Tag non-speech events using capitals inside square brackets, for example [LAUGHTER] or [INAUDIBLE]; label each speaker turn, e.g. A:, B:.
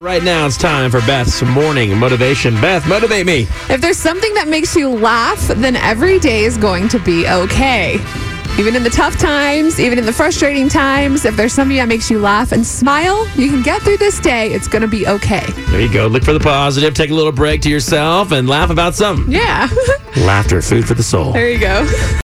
A: Right now, it's time for Beth's morning motivation. Beth, motivate me.
B: If there's something that makes you laugh, then every day is going to be okay. Even in the tough times, even in the frustrating times, if there's something that makes you laugh and smile, you can get through this day. It's going to be okay.
A: There you go. Look for the positive. Take a little break to yourself and laugh about something.
B: Yeah. [LAUGHS]
A: Laughter, food for the soul.
B: there you go. [LAUGHS]